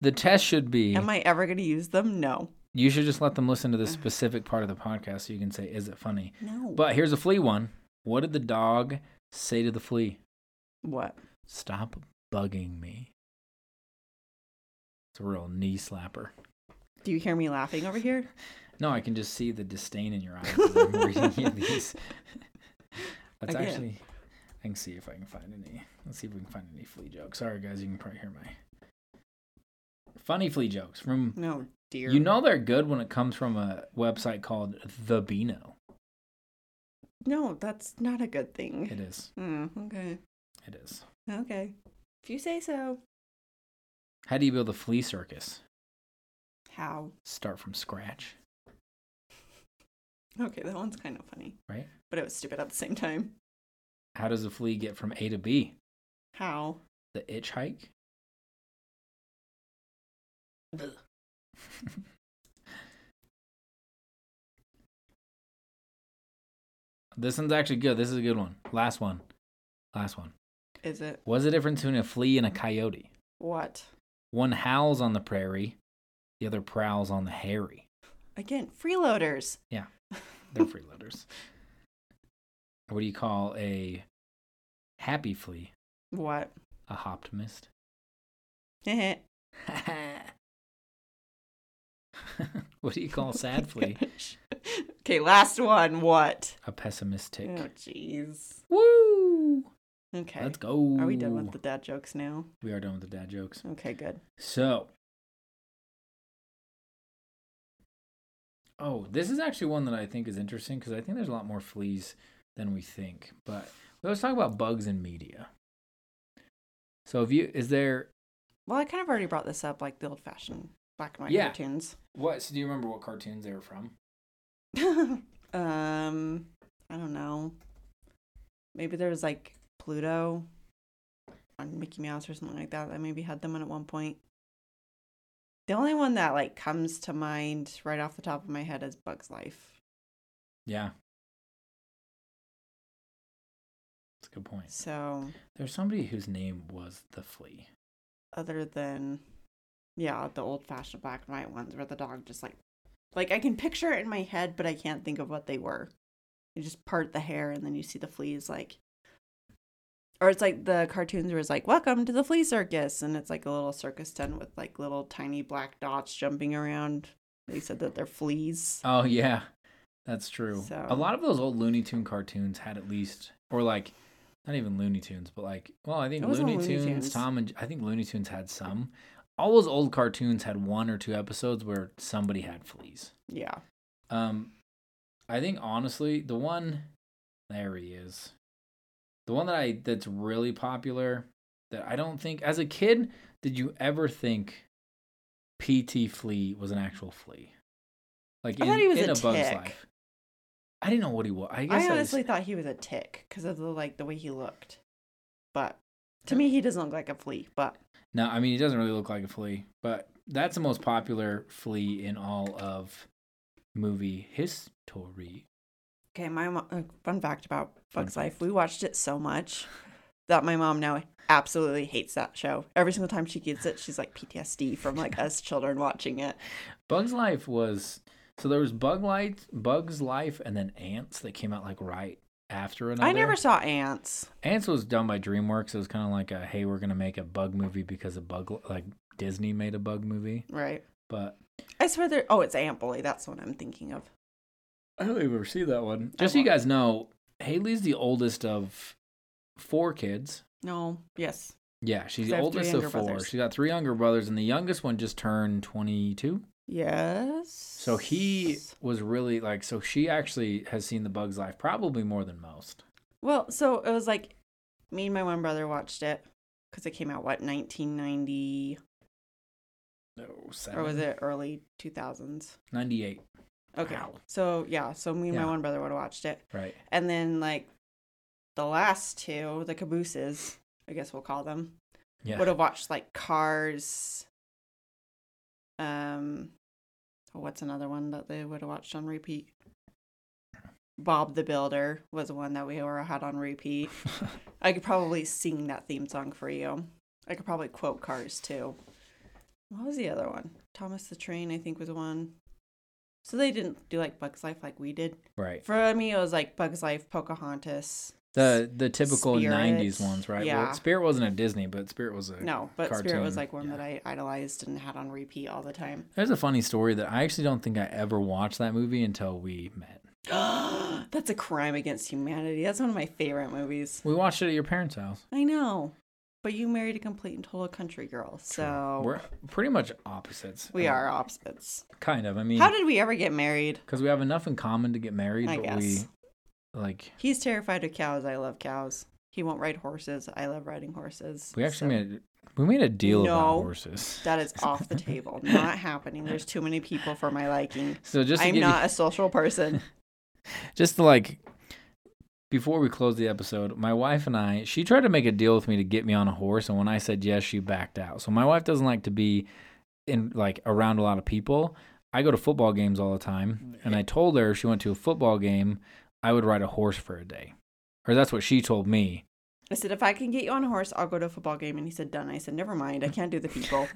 S1: the test should be.
S2: Am I ever going to use them? No.
S1: you should just let them listen to this specific part of the podcast so you can say, "Is it funny?"
S2: No.
S1: But here's a flea one. What did the dog say to the flea?
S2: what?
S1: Stop bugging me. It's a real knee slapper.
S2: Do you hear me laughing over here?
S1: No, I can just see the disdain in your eyes as
S2: (laughs)
S1: I'm reading you these. That's
S2: Again.
S1: actually. I can see if I can find any. Let's see if we can find any flea jokes. Sorry, guys, you can probably hear my funny flea jokes from.
S2: No, dear.
S1: You know they're good when it comes from a website called The Beano.
S2: No, that's not a good thing.
S1: It is.
S2: Mm, okay.
S1: It is.
S2: Okay. If you say so.
S1: How do you build a flea circus?
S2: How?
S1: Start from scratch,
S2: Okay, that one's kind of funny,
S1: right?
S2: but it was stupid at the same time.
S1: How does a flea get from A to B?
S2: How?
S1: The itch hike. (laughs) This one's actually good. This is a good one. Last one. Last one.
S2: Is it
S1: What's the difference between a flea and a coyote?
S2: what?
S1: One howls on the prairie, the other prowls on the hairy.
S2: Again, freeloaders.
S1: They're freeloaders. What do you call a happy flea?
S2: What? (laughs)
S1: A optimist. (laughs) what do you call a
S2: (laughs)
S1: sad flea?
S2: okay, last one. What?
S1: A pessimistic.
S2: Oh, jeez.
S1: Woo!
S2: Okay.
S1: Let's go.
S2: Are we done with the dad jokes now?
S1: We are done with the dad jokes.
S2: Okay, good.
S1: So, oh, this is actually one that I think is interesting because I think there's a lot more fleas than we think. But we always talk about bugs in media. So, if you is there
S2: Well, I kind of already brought this up, like the old-fashioned black and white
S1: Yeah.
S2: cartoons.
S1: what? So do you remember what cartoons they were from?
S2: (laughs) um, I don't know. Maybe there was like Pluto on Mickey Mouse or something like that. I maybe had them on at one point. The only one that like comes to mind right off the top of my head is Bugs Life.
S1: Yeah, that's a good point.
S2: So
S1: There's somebody whose name was the flea.
S2: other than yeah, the old fashioned black and white ones where the dog just like like I can picture it in my head, but I can't think of what they were. You just part the hair and then you see the fleas like or it's like the cartoons where it's like, Welcome to the flea circus and it's like a little circus tent with like little tiny black dots jumping around. They said that they're fleas.
S1: Oh yeah, that's true. A
S2: So-
S1: lot of those old Looney Tune cartoons had at least, or like, not even Looney Tunes, but like, well, I think
S2: It wasn't
S1: Looney,
S2: Looney
S1: Tunes,
S2: Tunes.
S1: Tom and I think Looney Tunes had some. All those old cartoons had one or two episodes where somebody had fleas.
S2: Yeah.
S1: Um, I think honestly, the one there he is, the one that I that's really popular that I don't think as a kid did you ever think PT Flea was an actual flea? Like
S2: I
S1: in,
S2: thought he was
S1: in
S2: a
S1: a, Bug's
S2: tick.
S1: Life. I didn't know what he was. I guess
S2: I,
S1: I was-
S2: honestly thought he was a tick because of the like the way he looked. But to me he doesn't look like a flea, but
S1: no. I mean, he doesn't really look like a flea, but that's the most popular flea in all of movie history.
S2: Okay, my mom, uh, fun fact about
S1: Fun
S2: Bugs Life. We watched it so much that my mom now absolutely hates that show. Every single time she gets it, she's like PTSD from
S1: (laughs)
S2: like us children watching it.
S1: Bug's Life was so there was Bug Light, Bug's Life, and then Ants that came out like right after another.
S2: I never saw ants.
S1: Ants was done by DreamWorks. It was kind of like a hey, we're gonna make a bug movie because a bug like Disney made a bug movie,
S2: Right.
S1: but
S2: I swear there. Oh, it's Ant Bully. That's what I'm thinking of.
S1: I don't even see that one.
S2: I
S1: Just so you
S2: wa-
S1: guys know, Haley's the oldest of four kids.
S2: No. Yes.
S1: Yeah, she's
S2: 'Cause
S1: the
S2: I have three
S1: oldest of
S2: younger
S1: four.
S2: brothers.
S1: She got three younger brothers, and the youngest one just turned 22.
S2: Yes.
S1: So he was really like, so she actually has seen The Bug's Life probably more than most.
S2: Well, so it was like me and my one brother watched it because it came out what 1990
S1: No,
S2: or was it early 2000s?
S1: 98?
S2: Okay.
S1: Wow.
S2: So yeah, so me and
S1: Yeah.
S2: my one brother would have watched it,
S1: Right.
S2: and then like the last two, the cabooses, I guess we'll call them,
S1: Yeah.
S2: would have watched like Cars. Um, what's another one that they would have watched on repeat? Bob the Builder was one that we were had on repeat. I could probably sing that theme song for you. I could probably quote Cars too. What was the other one? Thomas the Train, I think, was one. So they didn't do like Bugs Life like we did.
S1: right.
S2: For me, it was like Bugs Life, Pocahontas.
S1: The the typical
S2: Spirit.
S1: 90s ones, right?
S2: Yeah.
S1: Well, Spirit wasn't a Disney, but Spirit was a.
S2: No, but Spirit
S1: cartoon,
S2: was like one
S1: yeah.
S2: that I idolized and had on repeat all the time. (gasps)
S1: There's a funny story that I actually don't think I ever watched that movie until we met.
S2: That's a crime against humanity. That's one of my favorite movies.
S1: We watched it at your parents' house.
S2: I know. But you married a complete and total country girl. So
S1: We're pretty much opposites.
S2: Oh. we
S1: Uh,
S2: are opposites.
S1: Kind of. I mean,
S2: How did we ever get married?
S1: because we have enough in common to get married,
S2: I
S1: but
S2: guess.
S1: we like
S2: He's terrified of cows. I love cows. He won't ride horses. I love riding horses.
S1: we actually
S2: So
S1: made we made a deal about
S2: No.
S1: horses.
S2: that is off the
S1: (laughs)
S2: table. Not happening. There's too many people for my liking.
S1: so just to
S2: I'm
S1: give you-
S2: not a social person.
S1: just to like before we close the episode, my wife and I, she tried to make a deal with me to get me on a horse, and when I said yes, she backed out. So my wife doesn't like to be in like around a lot of people. I go to football games all the time, and I told her if she went to a football game, I would ride a horse for a day, or that's what she told me.
S2: I said, if I can get you on a horse, I'll go to a football game. And he said, done. I said, never mind. I can't do
S1: (laughs)
S2: the people.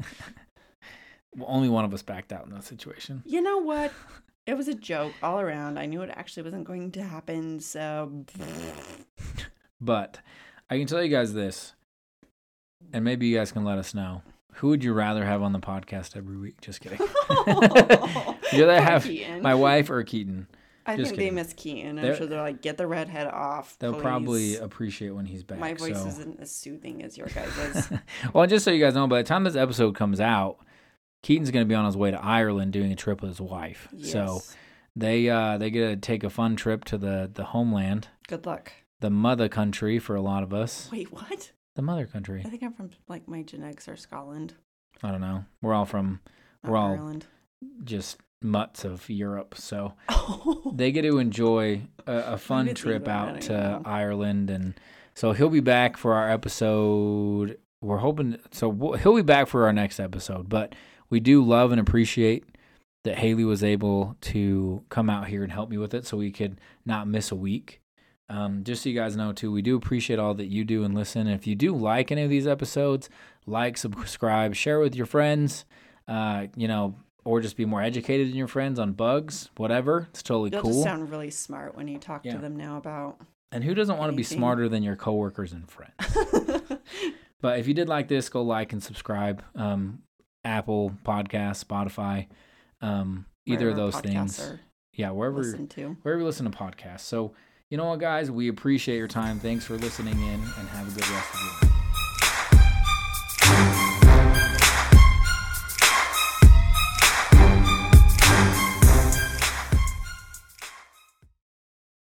S1: Well, only one of us backed out in that situation.
S2: you know what? It was a joke all around. I knew it actually wasn't going to
S1: (laughs)
S2: happen. So,
S1: But I can tell you guys this, and maybe you guys can let us know. Who would you rather have on the podcast every week? Just
S2: (laughs)
S1: kidding. (laughs) you rather
S2: Poor
S1: have
S2: Keaton.
S1: my wife or Keaton?
S2: I
S1: just
S2: think
S1: kidding.
S2: they miss Keaton. I'm
S1: They're-
S2: sure they're like, get the redhead off.
S1: They'll
S2: please."
S1: probably appreciate when he's back.
S2: My voice
S1: so.
S2: isn't as soothing as your
S1: (laughs)
S2: guys'.
S1: well, just so you guys know, by the time this episode comes out, Keaton's going to be on his way to Ireland doing a trip with his wife. So
S2: Yes.
S1: they uh, they get to take a fun trip to the the homeland,
S2: good luck.
S1: the mother country for a lot of us.
S2: Wait, what?
S1: The mother country.
S2: I think I'm from like my genetics are Scotland,
S1: I don't know. We're all from
S2: not
S1: We're all- (laughs)
S2: Ireland.
S1: just mutts of Europe, so
S2: (laughs) Oh,
S1: they get to enjoy a, a fun
S2: did think
S1: trip
S2: about
S1: out
S2: that, I
S1: to
S2: know.
S1: Ireland, and so he'll be back for our episode. We're hoping so we'll, he'll be back for our next episode, but we do love and appreciate that Haley was able to come out here and help me with it, so we could not miss a week. Um, just so you guys know, too, we do appreciate all that you do and listen. And if you do like any of these episodes, like, subscribe, share with your friends. Uh, you know. Or just be more educated than your friends on bugs, whatever. It's totally
S2: You'll
S1: cool.
S2: just sound really smart when you talk
S1: Yeah.
S2: to them now about.
S1: And who doesn't want to be
S2: Anything.
S1: smarter than your coworkers and friends?
S2: (laughs)
S1: But if you did like this, go like and subscribe. Um, Apple Podcasts, Spotify, um, either of
S2: wherever
S1: those
S2: podcasts
S1: things.
S2: are
S1: Yeah, wherever
S2: listened to.
S1: wherever you listen to podcasts. So you know what, guys, we appreciate your time. Thanks for listening in, and have a good rest of your. night.